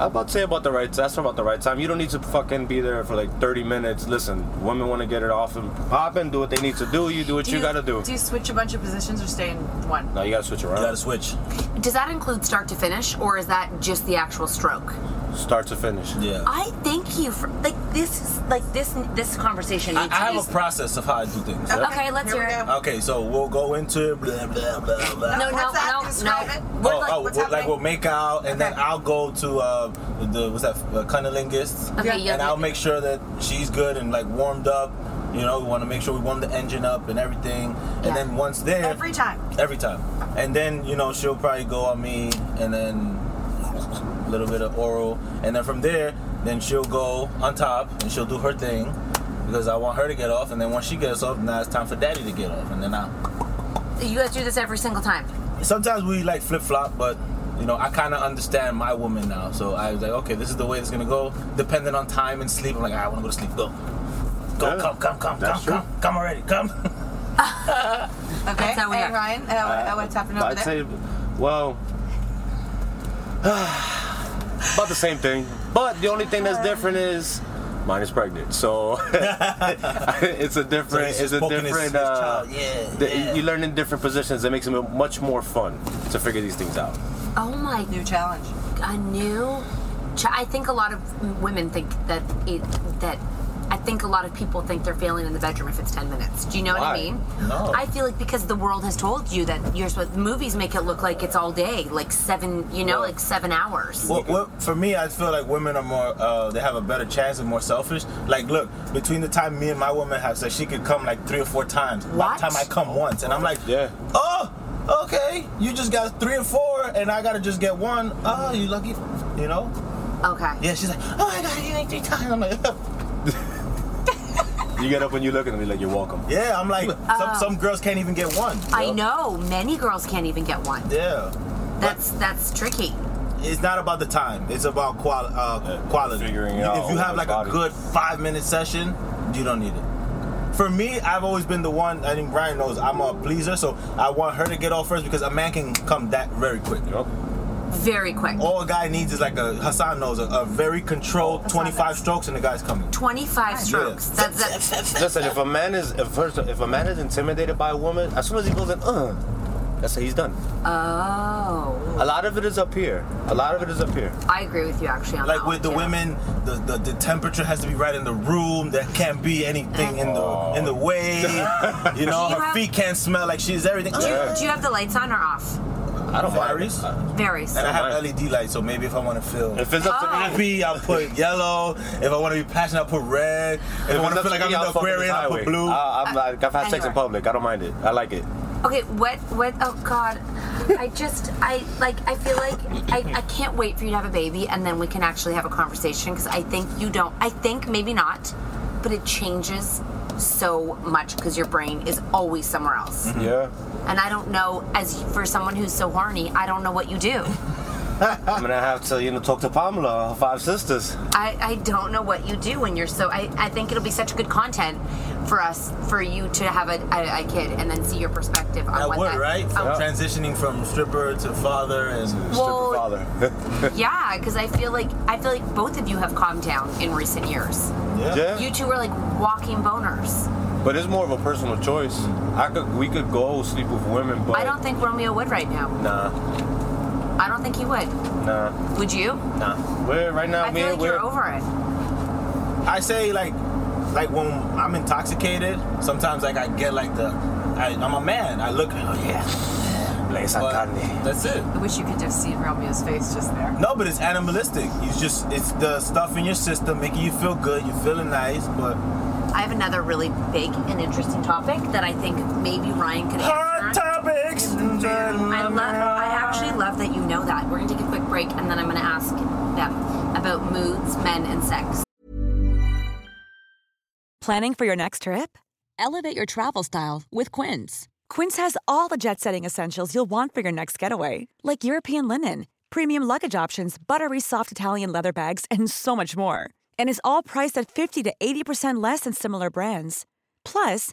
Speaker 6: I about to say about the right. That's about the right time. You don't need to fucking be there for like 30 minutes. Listen, women want to get it off and pop and do what they need to do. You do what you, got to do.
Speaker 5: Do you switch a bunch of positions or stay in one?
Speaker 6: No, you got to switch around. You got to
Speaker 3: switch.
Speaker 2: Does that include start to finish or is that just the actual stroke?
Speaker 6: Start to finish.
Speaker 3: Yeah.
Speaker 2: I thank you for like this is like this this conversation
Speaker 3: I,
Speaker 2: needs
Speaker 3: I
Speaker 2: to
Speaker 3: have a process of how I do things.
Speaker 2: Okay, Okay, let's here hear we it. go.
Speaker 3: Okay, so we'll go into blah blah blah
Speaker 2: be
Speaker 3: blah.
Speaker 2: No, no,
Speaker 5: that?
Speaker 2: no,
Speaker 5: Describe
Speaker 2: no.
Speaker 5: it.
Speaker 2: We're
Speaker 3: oh,
Speaker 2: like-
Speaker 3: oh,
Speaker 2: what's
Speaker 3: we'll, like
Speaker 2: happening?
Speaker 3: we'll make out, and then I'll go to uh, the what's that uh, cunnilingist,
Speaker 2: Okay, yeah.
Speaker 3: and I'll make sure that she's good and like warmed up. You know, we want to make sure we warm the engine up and everything. And then once there,
Speaker 5: Every time.
Speaker 3: every time, and then you know she'll probably go on me, and then a little bit of oral, and then from there, then she'll go on top and she'll do her thing because I want her to get off, and then once she gets off, now it's time for daddy to get off, and then I.
Speaker 2: You guys do this every single time.
Speaker 3: Sometimes we like flip flop, but you know, I kind of understand my woman "Ah, now. So I was like, okay, this is the way it's gonna go. Depending on time and sleep, I'm like, I want to go to sleep. Go. Go, come, come, come, come, come, come already, come.
Speaker 5: Okay. That's how we and Ryan, uh, what- what's happening over
Speaker 6: I'd
Speaker 5: there?
Speaker 6: say, well, about the same thing. But the only thing that's different is mine is pregnant. So it's a different,
Speaker 3: So he's
Speaker 6: it's a
Speaker 3: spoken his-
Speaker 6: different.
Speaker 3: his
Speaker 6: uh,
Speaker 3: child. Yeah,
Speaker 6: the-
Speaker 3: yeah.
Speaker 6: You learn in different positions. That makes it much more fun to figure these things out.
Speaker 2: Oh my!
Speaker 5: New challenge.
Speaker 2: A new. Ch- I think a lot of women think that it that. I think a lot of people think they're failing in the bedroom if it's ten minutes. Do you know what I
Speaker 7: Why?
Speaker 2: mean?
Speaker 7: No.
Speaker 2: I feel like because the world has told you that you're supposed. Movies make it look like it's all day, like seven. You know, like seven hours.
Speaker 3: Well, well, for me, I feel like women are more, uh, they have a better chance and more selfish. Like, look, between the time me and my woman have sex, she could come like three or four times. By
Speaker 6: What?
Speaker 3: the time I come once. And I'm like, yeah. oh, okay, you just got three or four, and I gotta just get one. Oh, you lucky, you know?
Speaker 2: Okay.
Speaker 3: Yeah, she's like, oh, I gotta get like three times. I'm like,
Speaker 6: You get up and you look at me like you're welcome.
Speaker 3: yeah, I'm like,
Speaker 2: Oh.
Speaker 3: some, some girls can't even get one.
Speaker 2: I know many girls can't even get one.
Speaker 3: Yeah.
Speaker 2: That's that's tricky.
Speaker 3: It's not about the time. It's about quali- uh, quality. Figuring
Speaker 6: out
Speaker 3: If you have
Speaker 6: with
Speaker 3: like
Speaker 6: body.
Speaker 3: a good five minute session, you don't need it. For me, I've always been the one. I think Brian knows I'm a pleaser, so I want her to get off first because a man can come that very quick.
Speaker 2: Very quick.
Speaker 3: All a guy needs is like a Hassan knows a, a very controlled 25 strokes and the guy's coming.
Speaker 2: Twenty-five strokes. That's, that's
Speaker 6: Listen, if a man is if, first, if a man is intimidated by a woman, as soon as he goes in, uh, that's how he's done.
Speaker 2: Oh.
Speaker 6: A lot of it is up here. A lot of it is up here.
Speaker 2: I agree with you actually on
Speaker 3: Like
Speaker 2: that
Speaker 3: with the
Speaker 2: one, yeah.
Speaker 3: women, the, the, the temperature has to be right in the room. There can't be anything in
Speaker 6: Oh.
Speaker 3: the in the way. You know,
Speaker 2: Do you
Speaker 3: her
Speaker 2: have-
Speaker 3: feet can't smell like she's everything.
Speaker 2: Do you, do you have the lights on or off?
Speaker 3: I don't varies.
Speaker 2: Varies. Oh.
Speaker 3: And I have LED lights, so maybe if I want to feel if
Speaker 6: it's
Speaker 2: up to me-
Speaker 3: happy, I'll put yellow. If I want to be passionate, I'll put red. If, I want to feel like I'm in the aquarium, I'll put blue.
Speaker 6: I, am like, I've had sex in
Speaker 2: Anyway.
Speaker 6: public. I don't mind it. I like it.
Speaker 2: Okay, what what oh god. I just I like I feel like I, I can't wait for you to have a baby and then we can actually have a conversation because I think you don't I think maybe not, but it changes so much because your brain is always somewhere else.
Speaker 6: Yeah.
Speaker 2: And I don't know as for someone who's so horny, I don't know what you do.
Speaker 6: I'm gonna have to, you know, talk to Pamela, her five sisters.
Speaker 2: I, I don't know what you do when you're so I, I think it'll be such good content for us for you to have a, a, a kid and then see your perspective on
Speaker 3: That
Speaker 2: what
Speaker 3: would,
Speaker 2: that
Speaker 3: right? From
Speaker 2: Oh.
Speaker 3: transitioning from stripper to father and
Speaker 2: Well,
Speaker 6: stripper
Speaker 3: father.
Speaker 2: Yeah, because I feel like I feel like both of you have calmed down in recent years.
Speaker 6: Yeah. Yeah.
Speaker 2: You two are like walking boners.
Speaker 6: But it's more of a personal choice. I could, we could go sleep with women, but
Speaker 2: I don't think Romeo would right now.
Speaker 6: nah,
Speaker 2: I don't think he would.
Speaker 6: nah,
Speaker 2: Would you?
Speaker 6: nah. We're right now.
Speaker 2: I
Speaker 6: me
Speaker 2: feel
Speaker 6: and
Speaker 2: like
Speaker 6: we're
Speaker 2: you're over it.
Speaker 3: I say like, like when I'm intoxicated, sometimes like I get like the, I, I'm a man. I look, oh yeah,
Speaker 6: blaze carne.
Speaker 3: That's it.
Speaker 5: I wish you could just see Romeo's face just there.
Speaker 3: No, but it's animalistic. You just it's the stuff in your system making you feel good. You're feeling nice, but
Speaker 2: I have another really big and interesting topic that I think maybe Ryan could answer. Hot
Speaker 3: topics. I
Speaker 2: love. I actually love that you know that. We're gonna take a quick break and then I'm gonna ask them about moods, men, and sex.
Speaker 13: Planning for your next trip?
Speaker 10: Elevate your travel style with Quince.
Speaker 13: Quince has all the jet setting essentials you'll want for your next getaway, like European linen, premium luggage options, buttery soft Italian leather bags, and so much more. And is all priced at 50 to 80% less than similar brands. Plus,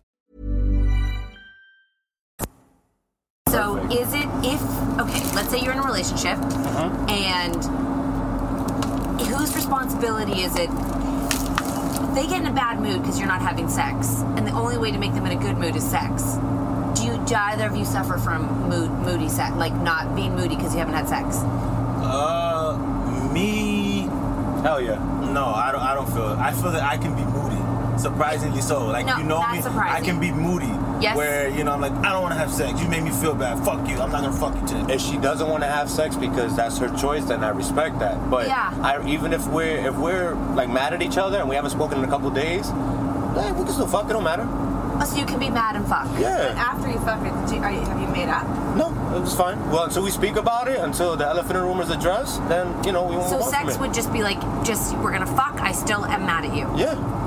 Speaker 2: So is it if okay? Let's say you're in a relationship, and whose responsibility is it? They get in a bad mood because you're not having sex, and the only way to make them in a good mood is sex. Do you? Do either of you suffer from mood, moody sex, like not being moody because you haven't had sex?
Speaker 3: Uh, me? Hell yeah. No, I don't. I don't feel. It. I feel that I can be moody. Surprisingly so. Like
Speaker 2: No,
Speaker 3: you know
Speaker 2: not
Speaker 3: me, I
Speaker 2: surprising.
Speaker 3: can be moody.
Speaker 2: Yes.
Speaker 3: Where you know I'm like I don't want to have sex. You made me feel bad. Fuck you. I'm not gonna fuck you today.
Speaker 6: If she doesn't want to have sex because that's her choice, then I respect that. But
Speaker 3: Yeah.
Speaker 6: I, even if we're if we're like mad at each other and we haven't spoken in a couple days, eh, we can still fuck. It don't matter.
Speaker 2: Oh, so you can be mad and fuck.
Speaker 6: Yeah.
Speaker 5: But after you fuck it, do, are you, have you made up?
Speaker 6: No, it was fine. Well, until we speak about it, until the elephant in the room is addressed, then you know we won't.
Speaker 2: So
Speaker 6: go from
Speaker 2: sex
Speaker 6: it.
Speaker 2: would just be like, just we're gonna fuck. I still am mad at you.
Speaker 6: Yeah.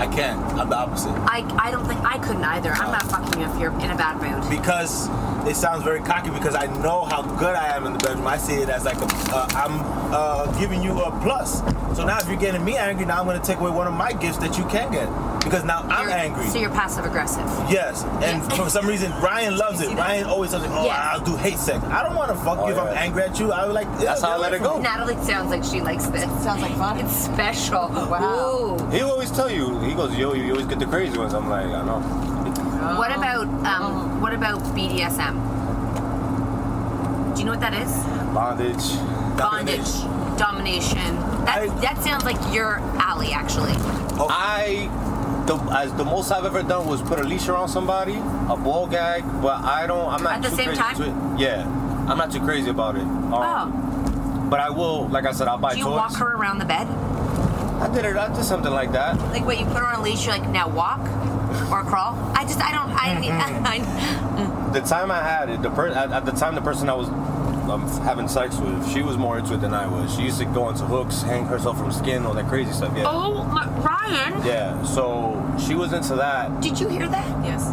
Speaker 3: I can. I'm the opposite.
Speaker 2: I, I don't think I couldn't either. I'm not fucking you if you're in a bad mood.
Speaker 3: because it sounds very cocky because I know how good I am in the bedroom. I see it as like a, uh, I'm uh, giving you a plus. So now if you're getting me angry, now I'm going to take away one of my gifts that you can get because now I'm angry.
Speaker 2: So you're passive aggressive.
Speaker 3: Yes, and for some reason Brian loves it. Brian always says, "Oh, I'll do hate sex. I don't want to fuck you if I'm angry at you. I would like Oh, that's how I let it go."
Speaker 2: Natalie sounds like she likes this. Sounds like fun. It's special. Wow.
Speaker 6: He always tell you. He goes, yo, you always get the crazy ones. I'm like, I know.
Speaker 5: Oh.
Speaker 2: What about um, what about BDSM? Do you know what that is?
Speaker 6: Bondage.
Speaker 2: Bondage, domination. That that sounds like your alley, actually.
Speaker 6: I, the, as the most I've ever done was put a leash around somebody, a ball gag, but I don't. I'm not
Speaker 2: At the
Speaker 6: too
Speaker 2: same
Speaker 6: crazy
Speaker 2: time?
Speaker 6: To it. Yeah, I'm not too crazy about it. Um, But I will, like I said, I'll buy
Speaker 2: Oh. Do you
Speaker 6: toys.
Speaker 2: walk her around the bed?
Speaker 6: I did it. I did something like that.
Speaker 2: Like, wait, you put her on a leash. You're like, now walk or crawl. I just, I don't, I,
Speaker 5: Mm-hmm.
Speaker 2: I,
Speaker 6: The time I had it, the per- at, at the time the person I was um, having sex with, she was more into it than I was. She used to go into hooks, hang herself from skin, all that crazy stuff. Yeah.
Speaker 2: Oh my, Ryan.
Speaker 6: Yeah. So she was into that.
Speaker 2: Did you hear that? Yes.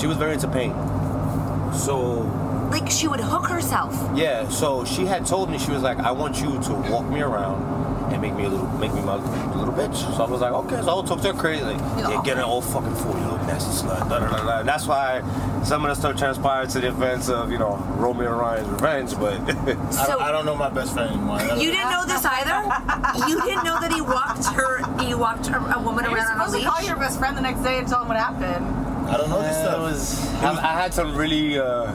Speaker 6: She was very into pain. So
Speaker 2: Like she would hook herself.
Speaker 6: Yeah, so she had told me she was like, I want you to walk me around and make me a little, make me my little bitch. So I was like, okay. So I took her crazy, like, yeah, get an old fucking fool, you little nasty slut. Da, da, da, da. And That's why some of the stuff transpired to the events of you know Romeo and Ryan's revenge, but
Speaker 3: I, don't, I don't know my best friend anymore.
Speaker 2: You didn't know this either. You didn't know that he walked her. He walked her, a woman
Speaker 5: You're
Speaker 2: around on a
Speaker 5: supposed to
Speaker 2: leash.
Speaker 5: call your best friend the next day and tell him what happened.
Speaker 6: I don't know this stuff. Was, I, I had some really, uh,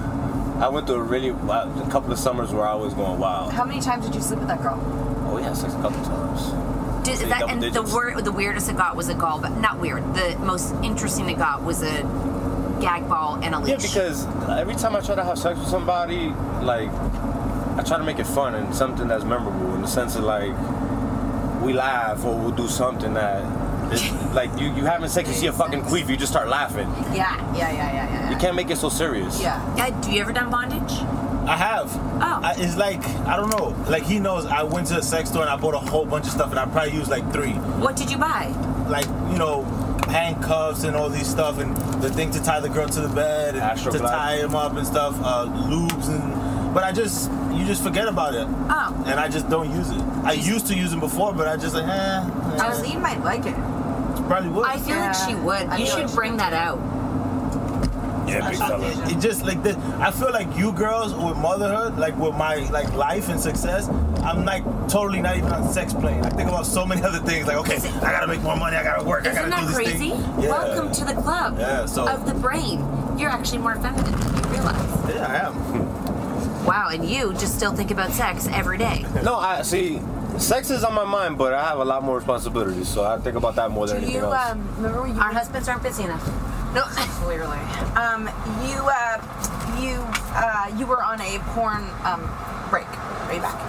Speaker 6: I went through a really wild, a couple of summers where I was going wild.
Speaker 5: How many times did you sleep with that girl?
Speaker 6: Oh yeah, sex a couple times.
Speaker 2: Did,
Speaker 6: Say
Speaker 2: that,
Speaker 6: double
Speaker 2: and the
Speaker 6: digits.
Speaker 2: word, the weirdest it got was a gall, but not weird. The most interesting it got was a gag ball and a leash.
Speaker 6: Yeah, because every time I try to have sex with somebody, like I try to make it fun and something that's memorable in the sense of like we laugh or we'll do something that is, like you you having sex, you see a fucking queef, you just start laughing.
Speaker 2: yeah, yeah, yeah, yeah, yeah.
Speaker 6: You can't make it so serious.
Speaker 2: Yeah. yeah. Do you ever done bondage?
Speaker 3: I have.
Speaker 2: Oh,
Speaker 3: I, it's like I don't know. Like he knows I went to a sex store and I bought a whole bunch of stuff and I probably used like three.
Speaker 2: What did you buy?
Speaker 3: Like you know, handcuffs and all these stuff and the thing to tie the girl to the bed and to
Speaker 6: Glide.
Speaker 3: tie him up and stuff, uh, lubes and. But I just you just forget about it.
Speaker 5: Oh.
Speaker 3: And I just don't use it. I used to use them before, but I just like eh.
Speaker 5: Darlene might like it.
Speaker 3: Probably would.
Speaker 2: I feel like she would.
Speaker 3: I
Speaker 2: you
Speaker 3: feel
Speaker 2: should
Speaker 3: like she
Speaker 2: bring that out.
Speaker 3: Yeah, big fella. It just like this. I feel like you girls with motherhood, like with my like life and success, I'm like totally not even on sex plane. I think about so many other things. Like okay, I gotta make more money. I gotta work. I
Speaker 2: Isn't
Speaker 3: gotta do this
Speaker 2: that crazy?
Speaker 3: thing. Yeah.
Speaker 2: Welcome to the club
Speaker 3: Yeah, so-
Speaker 2: of the brain. You're actually more feminine than you realize.
Speaker 3: Yeah, I am.
Speaker 2: Wow, and you just still think about sex every day.
Speaker 6: No, I see. Sex is on my mind, but I have a lot more responsibilities, so I think about that more than anything else.
Speaker 5: um,
Speaker 2: remember when you Our husbands aren't busy enough. No,
Speaker 5: clearly. Um, you, uh, you, uh, you were on a porn um, break way back.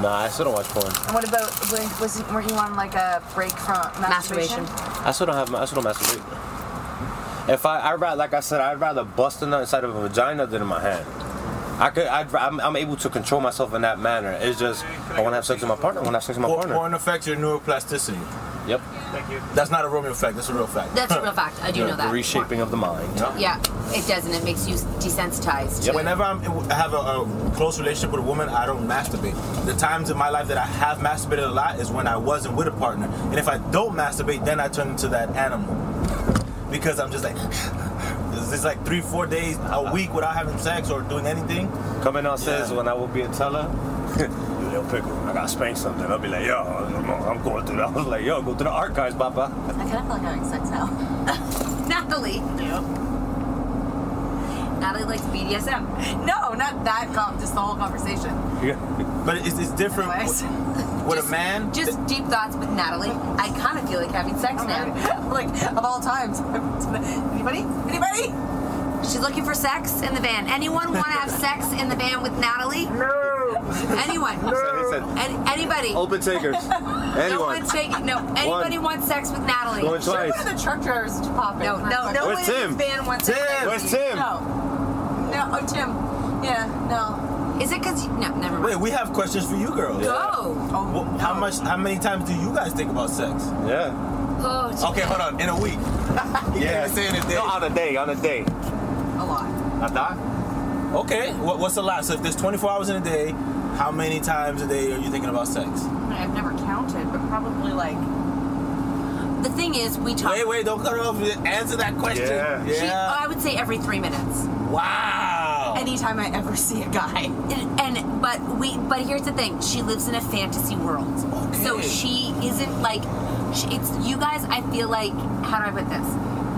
Speaker 6: nah, I still don't watch porn.
Speaker 5: And what about was, was weren't you on like a break from masturbation?
Speaker 6: I still don't have. I still don't masturbate. If I, I rather, like I said, I'd rather bust a nut inside of a vagina than in my hand. I could, I'd, ra- I'm, I'm able to control myself in that manner. It's just I want to have sex with my partner. I want to have sex with my
Speaker 3: Por-
Speaker 6: partner.
Speaker 3: Porn affects your neuroplasticity.
Speaker 6: Yep.
Speaker 3: Thank you. That's not a Romeo fact. That's a real fact.
Speaker 2: That's a real fact. I do know that.
Speaker 6: The reshaping of the mind.
Speaker 2: Yeah, it does, and it makes you desensitized. to-
Speaker 3: Whenever I'm, I have a, a close relationship with a woman, I don't masturbate. The times in my life that I have masturbated a lot is when I wasn't with a partner. And if I don't masturbate, then I turn into that animal. Because I'm just like, it's just like three, four days a week without having sex or doing anything.
Speaker 6: Coming downstairs when I will be a teller. you little pickle, I gotta spank something. I'll be like, yo, I'm, I'm going through that. I was like, yo, go through the archives, Papa.
Speaker 1: I kind of feel like having sex now. Natalie.
Speaker 5: Natalie likes BDSM. No, not that com. Just the whole conversation.
Speaker 3: But it's, it's different with a man.
Speaker 2: Just deep thoughts with Natalie. I kind of feel like having sex now.
Speaker 5: like, of all times. Anybody? Anybody?
Speaker 2: She's looking for sex in the van. Anyone want to have sex in the van with Natalie? No. Anyone?
Speaker 6: He said,
Speaker 2: An- anybody?
Speaker 6: Open takers.
Speaker 2: No
Speaker 6: Anyone.
Speaker 2: one's taking. No. Anybody wants sex with Natalie?
Speaker 6: Going Sure, twice.
Speaker 5: one of
Speaker 2: the truck drivers to
Speaker 5: it.
Speaker 2: pop No. No. No
Speaker 6: Where's
Speaker 2: one in
Speaker 6: Tim?
Speaker 2: this van wants
Speaker 6: Tim!
Speaker 2: sex.
Speaker 6: Where's Tim?
Speaker 5: No. No, oh, Tim. Yeah, no.
Speaker 2: Is it because. No, never
Speaker 3: Wait, we have questions for you girls.
Speaker 5: Go. Oh.
Speaker 3: Well, how much? How many times do you guys think about sex?
Speaker 6: Yeah.
Speaker 2: Oh,
Speaker 3: Okay, hold on. In a week.
Speaker 6: yeah. No, on a day, on a day.
Speaker 5: A lot.
Speaker 6: A lot?
Speaker 3: Okay. What, what's a lot? So if there's 24 hours in a day, how many times a day are you thinking about sex?
Speaker 5: I've never counted, but probably like.
Speaker 2: The thing is, we talk.
Speaker 3: Wait, wait, don't cut her off. Answer that question. Yeah.
Speaker 2: She, I would say every three minutes.
Speaker 3: Wow.
Speaker 5: Anytime I ever see a guy.
Speaker 2: And, and- but we but here's the thing. She lives in a fantasy world. So she isn't like she, it's you guys I feel like how do I put this?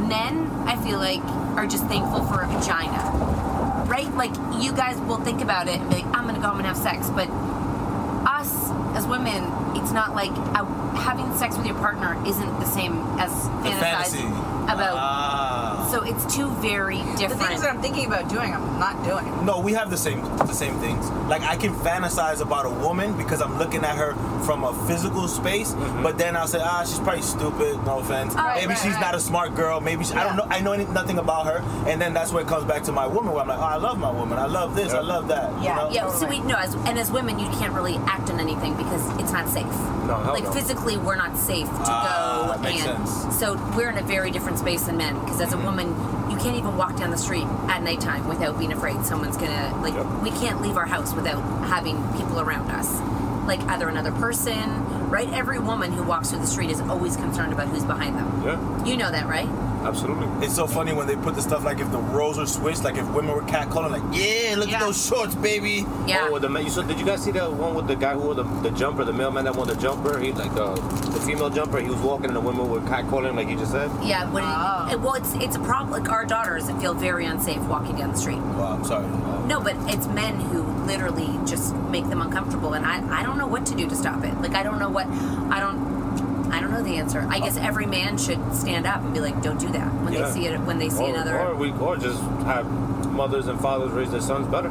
Speaker 2: Men I feel like are just thankful for a vagina. Right? Like you guys will think about it and be like I'm going to go home and have sex, but us as women, it's not like uh, having sex with your partner isn't the same as
Speaker 5: The
Speaker 2: fantasizing
Speaker 5: fantasy.
Speaker 2: about.
Speaker 3: Ah.
Speaker 2: So it's two very different.
Speaker 5: The things that I'm thinking about doing, I'm not doing.
Speaker 3: No, we have the same the same things. Like I can fantasize about a woman because I'm looking at her from a physical space, but then I'll say, ah, she's probably stupid. No offense.
Speaker 5: Right,
Speaker 3: Maybe
Speaker 5: right,
Speaker 3: she's not a smart girl. Maybe she, I don't know. I know any- nothing about her, and then that's where it comes back to my woman. Where I'm like, oh, I love my woman. I love this. I love that. you know?
Speaker 2: yeah. So we no, as, and as women, you can't really act on anything because it's not safe.
Speaker 3: No, hell
Speaker 2: like
Speaker 3: no.
Speaker 2: physically, we're not safe to
Speaker 3: Ah,
Speaker 2: go.
Speaker 3: makes
Speaker 2: and
Speaker 3: sense. Mm-hmm.
Speaker 2: so we're in a very different space than men because as a woman, you can't even walk down the street at nighttime without being afraid someone's gonna like. We can't leave our house without having people around us, like either another person, right? Every woman who walks through the street is always concerned about who's behind them.
Speaker 6: Yeah.
Speaker 2: You know that, right?
Speaker 6: Absolutely.
Speaker 3: It's so funny when they put the stuff like if the roles were switched, like if women were catcalling, like yeah, look at those shorts, baby.
Speaker 6: Oh, with the man, you saw, did you guys see that one with the guy who wore the, the jumper, the mailman that wore the jumper? He like the, the female jumper. He was walking, and the women were catcalling, like you just said.
Speaker 2: Yeah, when
Speaker 3: Ah.
Speaker 2: it, it- well, it's it's a problem. Like our daughters feel very unsafe walking down the street.
Speaker 3: Well, I'm sorry.
Speaker 2: No, but it's men who literally just make them uncomfortable, and I I don't know what to do to stop it. Like I don't know what I don't I don't know the answer. I guess every man should stand up and be like, don't do that when
Speaker 6: Yeah.
Speaker 2: they see it when they see
Speaker 6: or,
Speaker 2: another.
Speaker 6: Or we, or just have mothers and fathers raise their sons better.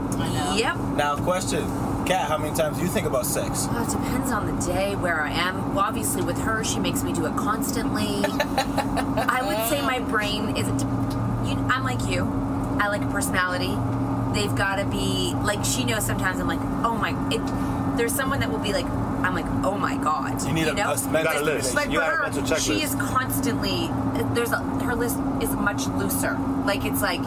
Speaker 2: Yep.
Speaker 3: Now, question, Kat, how many times do you think about sex?
Speaker 2: Well, it depends on the day where I am. Well, obviously, with her, she makes me do it constantly. I would say my brain is. You, I'm like you. I like personality. They've got to be like she knows. Sometimes I'm like, oh my. It, there's someone that will be like, I'm like, oh my god.
Speaker 3: You need a-
Speaker 2: know?
Speaker 3: a mental You got a list.
Speaker 2: But
Speaker 3: You
Speaker 2: for
Speaker 3: got a
Speaker 2: her,
Speaker 3: mental
Speaker 2: she
Speaker 3: checklist.
Speaker 2: is constantly. There's a her list is much looser. Like it's like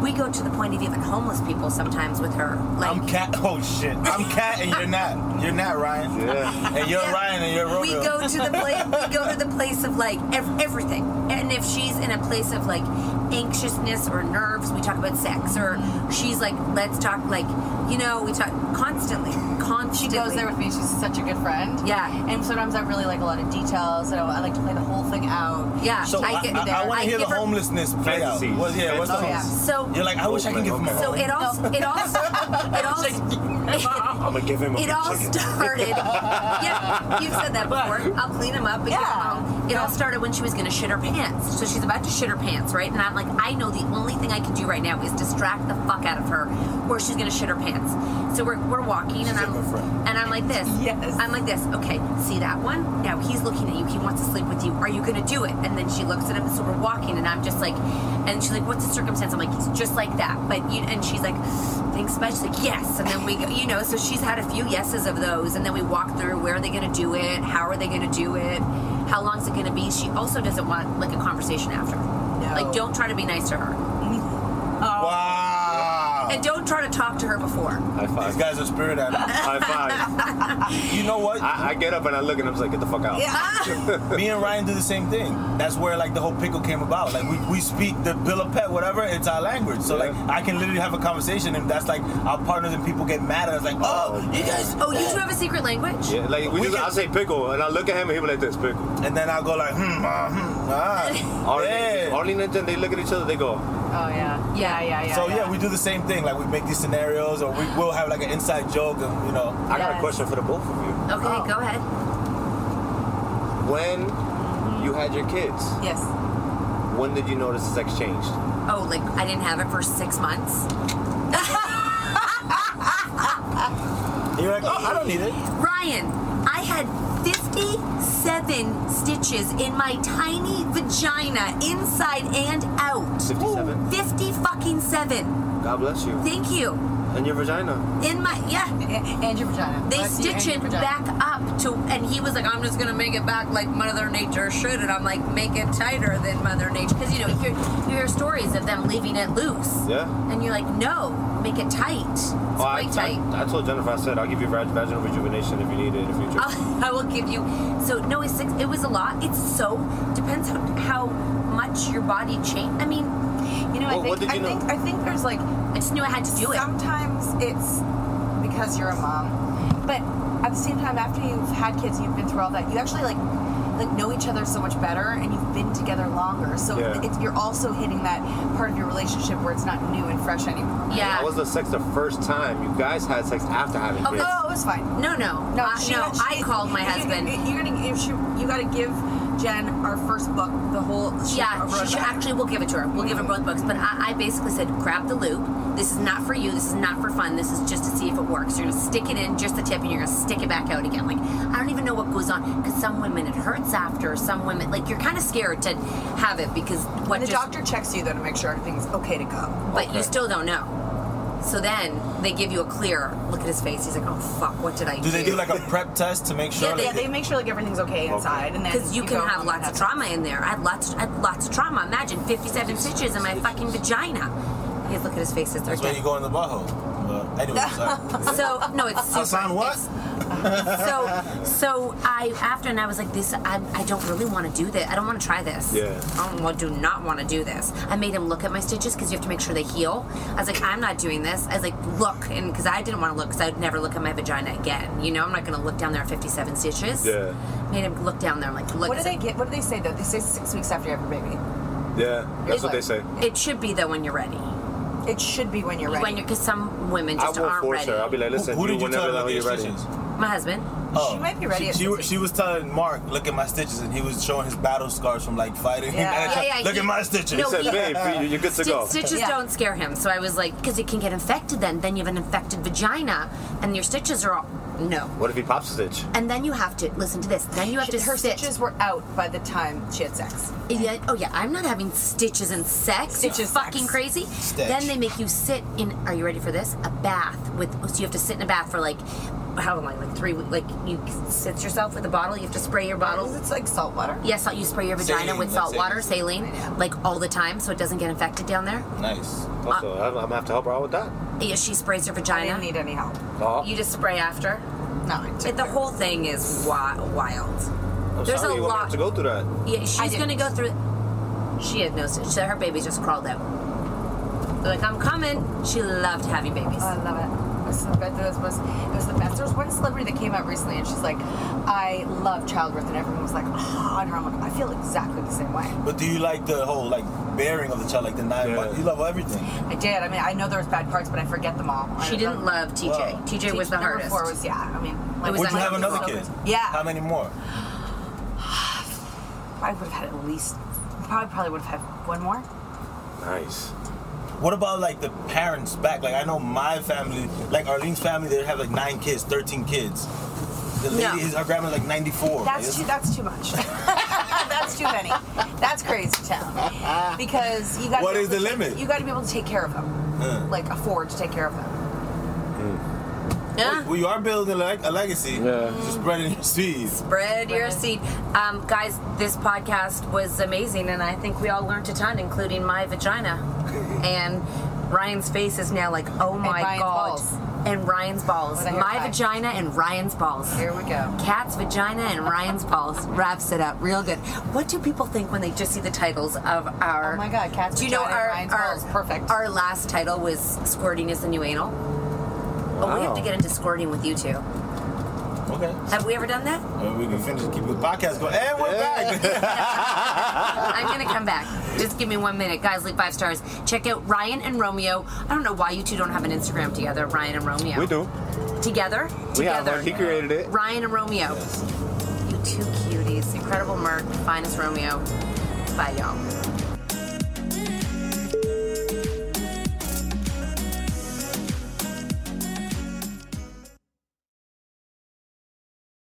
Speaker 2: we go to the point of even homeless people sometimes with her. Like
Speaker 3: I'm cat. Oh shit, I'm cat, and you're not. You're not Ryan. Yeah. And you're
Speaker 2: Yeah.
Speaker 3: Ryan, and you're Romeo.
Speaker 2: We go to the place. we go to the place of like ev- everything. And if she's in a place of like anxiousness or nerves, we talk about sex. Or
Speaker 3: Mm-hmm.
Speaker 2: she's like, let's talk. Like you know, we talk constantly. Constantly.
Speaker 5: She goes there with me. She's such a good friend.
Speaker 2: Yeah.
Speaker 5: And sometimes I really like a lot of details. So I like to play the whole thing out.
Speaker 3: So I, I, I, want to hear the homelessness play out.
Speaker 6: Fantasies.
Speaker 3: What, yeah, what's the
Speaker 5: Oh, yeah.
Speaker 3: homeless-
Speaker 2: So-
Speaker 3: you're like, I wish I could give him a
Speaker 2: So it also. It also. It also.
Speaker 6: I'm gonna give him a
Speaker 2: It all started. yeah, you've said that before. I'll clean him up and yeah. get him home. It all started when she was gonna shit her pants. So she's about to shit her pants, right? And I'm like, I know the only thing I can do right now is distract the fuck out of her, or she's gonna shit her pants. So we're, we're walking, and I'm and I'm like this. Yes. I'm like this. Okay, see that one? Now he's looking at you. He wants to sleep with you. Are you gonna do it? And then she looks at him. So we're walking, and I'm just like, and she's like, "What's the circumstance?" I'm like, "It's just like that." But you, and she's like, "Thanks much." Like yes, and then we, go, you know, so she's had a few yeses of those, and then we walk through where are they gonna do it? How are they gonna do it? How long is it gonna be? She also doesn't want like a conversation after. Like, don't try to be nice to her,
Speaker 14: Wow.
Speaker 2: and don't try to talk to her before.
Speaker 6: High five. These
Speaker 14: guys are spirit animals.
Speaker 6: High five.
Speaker 14: You know what?
Speaker 6: I, I get up and I look at him and I'm like, get the fuck out.
Speaker 14: Me and Ryan do the same thing. That's where like the whole pickle came about. Like we, we speak the bill of pet, whatever, it's our language. So like I can literally have a conversation and that's like our partners and people get mad at us like, oh, you guys
Speaker 2: Oh, you two have a secret language.
Speaker 6: Yeah, like we, just, I say pickle and I look at him and he be like this, pickle.
Speaker 14: And then I'll go like, hmm, uh, hmm,
Speaker 5: Oh,
Speaker 14: ah.
Speaker 6: All yeah. Arlene and Jen, they look at each other, they go,
Speaker 7: Oh yeah. Yeah, yeah, yeah.
Speaker 14: So yeah, we do the same thing. Like we make these scenarios, or we will have like an inside joke, and you know.
Speaker 6: I got a question for the both of you.
Speaker 2: Okay, go ahead.
Speaker 6: When you had your kids,
Speaker 2: Yes.
Speaker 6: when did you notice the sex changed?
Speaker 2: Oh, like I didn't have it for six months.
Speaker 14: You're like, oh, I don't need it.
Speaker 2: Ryan, I had 57 stitches in my tiny vagina, inside and out.
Speaker 6: 57.
Speaker 2: 50 fucking seven.
Speaker 6: God bless you.
Speaker 2: Thank you.
Speaker 6: And your vagina.
Speaker 2: In my yeah,
Speaker 7: and your vagina.
Speaker 2: They
Speaker 7: Bless you
Speaker 2: stitch
Speaker 7: and your
Speaker 2: it
Speaker 7: vagina.
Speaker 2: back up to, and he was like, "I'm just gonna make it back like Mother Nature should," and I'm like, "Make it tighter than Mother Nature," because you know you hear, you hear stories of them leaving it loose,
Speaker 6: Yeah.
Speaker 2: and you're like, "No, make it tight, it's
Speaker 6: Oh, I,
Speaker 2: quite tight."
Speaker 6: I, I told Jennifer, I said, I'll give you vag- vaginal rejuvenation if you need it in the future.
Speaker 2: I'll, I will give you. So no, it's six. It was a lot. It's so depends how, how much your body change. I mean,
Speaker 5: You know, I think I think I think there's like
Speaker 2: I just knew I had to do it.
Speaker 5: Sometimes it's because you're a mom, but at the same time, after you've had kids, you've been through all that. You actually like like know each other so much better, and you've been together longer. So
Speaker 6: Yeah.
Speaker 5: it's, you're also hitting that part of your relationship where it's not new and fresh anymore.
Speaker 6: That was the sex the first time. You guys had sex after having
Speaker 5: Okay.
Speaker 6: kids.
Speaker 5: No, Oh, it was fine.
Speaker 2: Oh, No, no,
Speaker 5: no.
Speaker 2: Uh, no, I called my
Speaker 5: you-
Speaker 2: husband.
Speaker 5: You, are gonna you, should, you gotta give Jen our first book, the whole.
Speaker 2: Yeah, she, she- actually, we'll give it to her. We'll give her both books. But I, I basically said, grab the loop. This is not for you. This is not for fun. This is just to see if it works. You're gonna stick it in just the tip, and you're gonna stick it back out again. Like I don't even know what goes on because some women it hurts after. Some women like you're kind of scared to have it because what
Speaker 5: the
Speaker 2: just-
Speaker 5: doctor checks you though to make sure everything's okay to go.
Speaker 2: but you still don't know. So then they give you a clear look at his face. He's like, oh fuck, what did I
Speaker 14: Do they do like a prep test to make sure?
Speaker 5: Yeah, they,
Speaker 14: like,
Speaker 5: they make sure like everything's okay inside, and then
Speaker 2: because you,
Speaker 5: go
Speaker 2: can
Speaker 5: home
Speaker 2: have
Speaker 5: and
Speaker 2: lots of trauma in there. I had lots, I had lots of trauma. Imagine 57 stitches in my fucking vagina. He's look at his face. It's
Speaker 14: That's where you go in the butthole. Uh, anyway, sorry.
Speaker 2: so no, it's super.
Speaker 14: Hassan, what?
Speaker 2: so so I after and I was like this I, I don't really want to do this I don't want to try this
Speaker 6: Yeah.
Speaker 2: I don't, want- do not want to do this I made him look at my stitches because you have to make sure they heal I was like I'm not doing this I was like look and because I didn't want to look because I'd never look at my vagina again you know I'm not gonna look down there at 57 stitches
Speaker 6: Yeah.
Speaker 2: made him look down there I'm like look
Speaker 5: What do
Speaker 2: it's
Speaker 5: they get? What do they say though? They say six weeks after you have your baby.
Speaker 6: Yeah, that's what they say.
Speaker 2: like- it should be though when you're ready
Speaker 5: it should be when you're
Speaker 2: ready when you're because some women
Speaker 6: I
Speaker 2: just
Speaker 6: won't
Speaker 2: aren't
Speaker 6: force
Speaker 2: ready
Speaker 6: her. I'll be like, listen,
Speaker 14: Who- who
Speaker 6: you
Speaker 14: did you
Speaker 6: whenever
Speaker 14: tell
Speaker 6: the hell
Speaker 14: about
Speaker 6: you're
Speaker 14: your
Speaker 6: ready.
Speaker 14: stitches?
Speaker 2: my husband
Speaker 14: Oh.
Speaker 5: might be ready
Speaker 14: She,
Speaker 5: at
Speaker 14: she, was- she was telling Mark, look at my stitches, and he was showing his battle scars from like fighting.
Speaker 2: Yeah. Yeah, yeah,
Speaker 14: look
Speaker 2: he-
Speaker 14: at my stitches.
Speaker 2: No, He said, he- "Babe,
Speaker 6: you're good
Speaker 2: Sti- Stitches don't scare him, so I was like, because it can get infected. Then, then you have an infected vagina, and your stitches are all no.
Speaker 6: What if he pops a stitch?
Speaker 2: And then you have to listen to this. Then you have to
Speaker 5: her
Speaker 2: sit.
Speaker 5: stitches were out by the time she had sex.
Speaker 2: Yeah, oh yeah, I'm not having stitches and sex. You're
Speaker 5: Stitches,
Speaker 2: fucking
Speaker 5: sex.
Speaker 2: crazy.
Speaker 5: Stitch.
Speaker 2: Then they make you sit in. Are you ready for this? A bath with. So you have to sit in a bath for like, how long? Like three. weeks. Like you sit yourself with a bottle. You have to spray your bottle.
Speaker 5: It's like salt water.
Speaker 2: Yes, you spray your vagina
Speaker 5: Saline,
Speaker 2: with
Speaker 5: like
Speaker 2: salt water, saline, like all the time, so it doesn't get infected down there.
Speaker 14: Nice.
Speaker 6: Also, I'm, I'm gonna have to help her out with that.
Speaker 2: Yeah, she sprays her vagina. I didn't
Speaker 5: need any help.
Speaker 6: Oh.
Speaker 2: You just spray after.
Speaker 5: No,
Speaker 2: it, the whole thing is wi- wild.
Speaker 6: I'm
Speaker 2: There's
Speaker 6: sorry
Speaker 2: a
Speaker 6: you
Speaker 2: lot.
Speaker 6: want me to have to go through that.
Speaker 2: Yeah, she's gonna go through. She had no stitch. So her baby just crawled out. They're like, I'm coming. She loved having babies.
Speaker 5: I love it. This is the best. This was it was the best. There was one celebrity that came out recently, and she's like, "I love childbirth," and everyone was like, "Ah," and I'm like, "I feel exactly the same way."
Speaker 14: But do you like the whole like bearing of the child, like the nine months? You love everything.
Speaker 5: I did. I mean, I know there was bad parts, but I forget them all.
Speaker 2: She
Speaker 5: I
Speaker 2: didn't love TJ.
Speaker 5: Wow.
Speaker 2: TJ was the
Speaker 5: number
Speaker 2: hardest.
Speaker 5: Four was yeah. I mean,
Speaker 2: It was
Speaker 14: Would you have
Speaker 2: unhealthy
Speaker 14: another
Speaker 2: for
Speaker 14: kid?
Speaker 2: us.
Speaker 5: Yeah.
Speaker 14: How many more?
Speaker 5: probably would have had at least, probably probably would have had one more.
Speaker 15: Nice.
Speaker 3: What about like the parents back? Like I know my family, like Arlene's family, they have like nine kids, thirteen kids. The lady,
Speaker 5: No.
Speaker 3: his, her grandma's like ninety four.
Speaker 5: That's too. That's too much. that's too many. That's crazy town. Because you got.
Speaker 3: What is the limit?
Speaker 5: You got to be able to take care of them,
Speaker 3: Uh.
Speaker 5: like afford to take care of them.
Speaker 2: Uh.
Speaker 3: Well, you are building like a legacy. Yeah. Just spreading your seeds.
Speaker 2: Spread your seed. Um, guys, this podcast was amazing, and I think we all learned a ton, including my vagina. and Ryan's face is now like, oh my
Speaker 16: Ryan's
Speaker 2: god.
Speaker 16: balls.
Speaker 2: And Ryan's balls.
Speaker 16: With a hair
Speaker 2: My
Speaker 16: tie.
Speaker 2: vagina and Ryan's balls. Here we
Speaker 5: go.
Speaker 2: Cat's vagina and Ryan's balls wraps it up real good. What do people think when they just see the titles of our? Oh my
Speaker 5: god, cat's
Speaker 2: Do you know
Speaker 5: vagina
Speaker 2: our
Speaker 5: and Ryan's
Speaker 2: our
Speaker 5: balls. Perfect.
Speaker 2: Our last title was "Squirting is the New Anal." But we have
Speaker 3: Wow.
Speaker 2: to get into squirting with you two.
Speaker 3: Oh. Okay.
Speaker 2: Have we ever done that?
Speaker 3: Well, we can finish, keep the podcast going. And we're
Speaker 2: I'm gonna come back. Just give me one minute, guys. Leave five stars. Check out Ryan and Romeo. I don't know why you two don't have an Instagram together, Ryan and Romeo.
Speaker 6: We do.
Speaker 2: Together.
Speaker 6: We have
Speaker 2: Together.
Speaker 6: one. He created it.
Speaker 2: Ryan and Romeo. You two cuties. Incredible Merc. Finest Romeo. Bye, y'all.